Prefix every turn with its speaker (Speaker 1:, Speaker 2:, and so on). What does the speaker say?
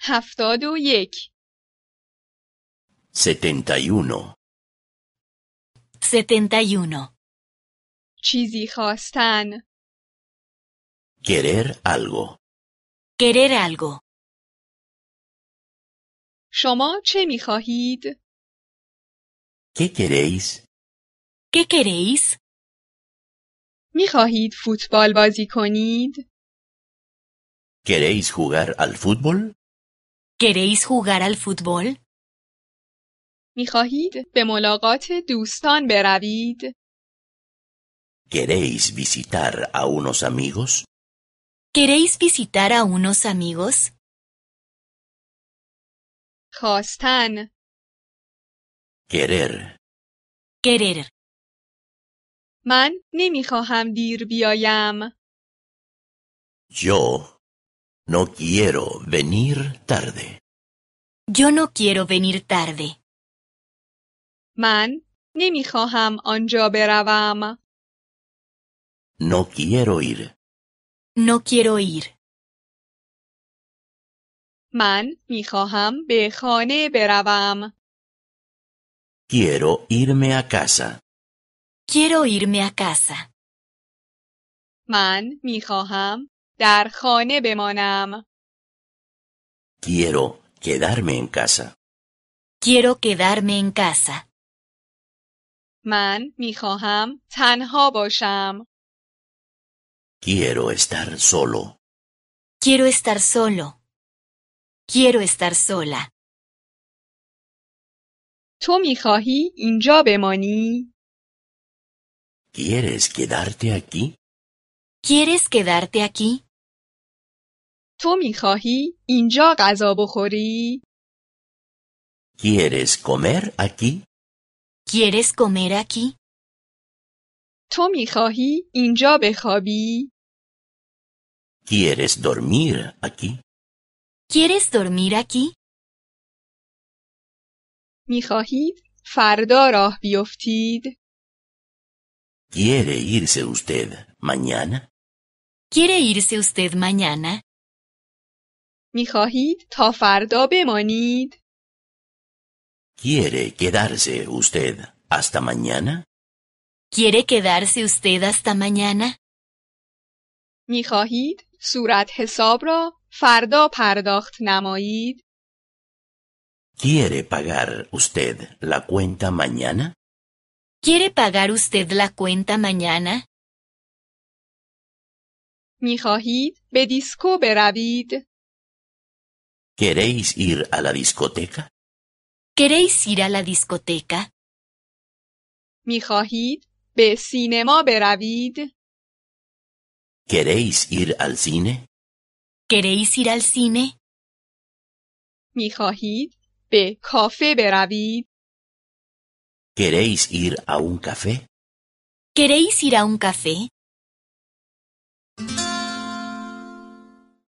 Speaker 1: هفتاد و یک
Speaker 2: 71.
Speaker 3: 71.
Speaker 1: چیزی خواستن
Speaker 2: Querer algo.
Speaker 3: Querer algo.
Speaker 1: شما چه می خواهید؟
Speaker 2: ¿Qué queréis?
Speaker 3: ¿Qué queréis?
Speaker 1: می خواهید فوتبال بازی کنید؟
Speaker 2: ¿Queréis jugar al fútbol?
Speaker 3: ¿Queréis jugar al fútbol?
Speaker 1: می خواهید به ملاقات دوستان بروید؟
Speaker 2: ¿Queréis visitar a unos amigos?
Speaker 3: ¿Queréis visitar a unos amigos?
Speaker 1: خواستن
Speaker 2: Querer.
Speaker 3: Querer.
Speaker 1: من نمی خواهم دیر بیایم.
Speaker 2: Yo no quiero venir tarde.
Speaker 3: Yo no quiero venir tarde.
Speaker 1: من نمی خواهم آنجا بروم.
Speaker 2: No quiero ir.
Speaker 3: No quiero ir.
Speaker 1: من می خواهم به خانه بروم.
Speaker 2: Quiero irme a casa.
Speaker 3: Quiero irme a casa.
Speaker 1: من می خواهم در خانه بمانم.
Speaker 2: Quiero quedarme en casa.
Speaker 3: Quiero quedarme en casa.
Speaker 1: من می خواهم تنها باشم.
Speaker 2: Quiero estar solo.
Speaker 3: Quiero estar solo. Quiero estar sola.
Speaker 1: تو می خواهی اینجا بمانی؟
Speaker 2: ¿Quieres quedarte aquí?
Speaker 3: ¿Quieres quedarte aquí?
Speaker 1: تو میخواهی اینجا غذا بخوری؟
Speaker 2: ¿Quieres comer aquí?
Speaker 3: ¿Quieres comer aquí?
Speaker 1: تو میخواهی اینجا بخوابی؟
Speaker 2: ¿Quieres dormir aquí?
Speaker 3: ¿Quieres dormir aquí?
Speaker 1: میخواهید فردا راه بیفتید؟
Speaker 2: ¿Quiere irse usted mañana?
Speaker 3: ¿Quiere irse usted mañana?
Speaker 1: میخواهید تا فردا بمانید؟
Speaker 2: ¿Quiere quedarse usted hasta mañana?
Speaker 3: ¿Quiere quedarse usted hasta mañana?
Speaker 1: میخواهید صورت حساب را فردا پرداخت نمایید؟
Speaker 2: ¿Quiere pagar usted la cuenta mañana?
Speaker 3: ¿Quiere pagar usted la cuenta mañana?
Speaker 1: میخواهید به دیسکو بروید؟
Speaker 2: ¿Queréis ir a la discoteca?
Speaker 3: ¿Queréis ir a la discoteca?
Speaker 1: میخواهید به سینما بروید؟
Speaker 2: ¿Queréis ir al cine?
Speaker 3: ¿Queréis ir al cine?
Speaker 1: میخواهید به کافه بروید؟
Speaker 2: ¿Queréis ir a un café?
Speaker 3: ¿Queréis ir a un café?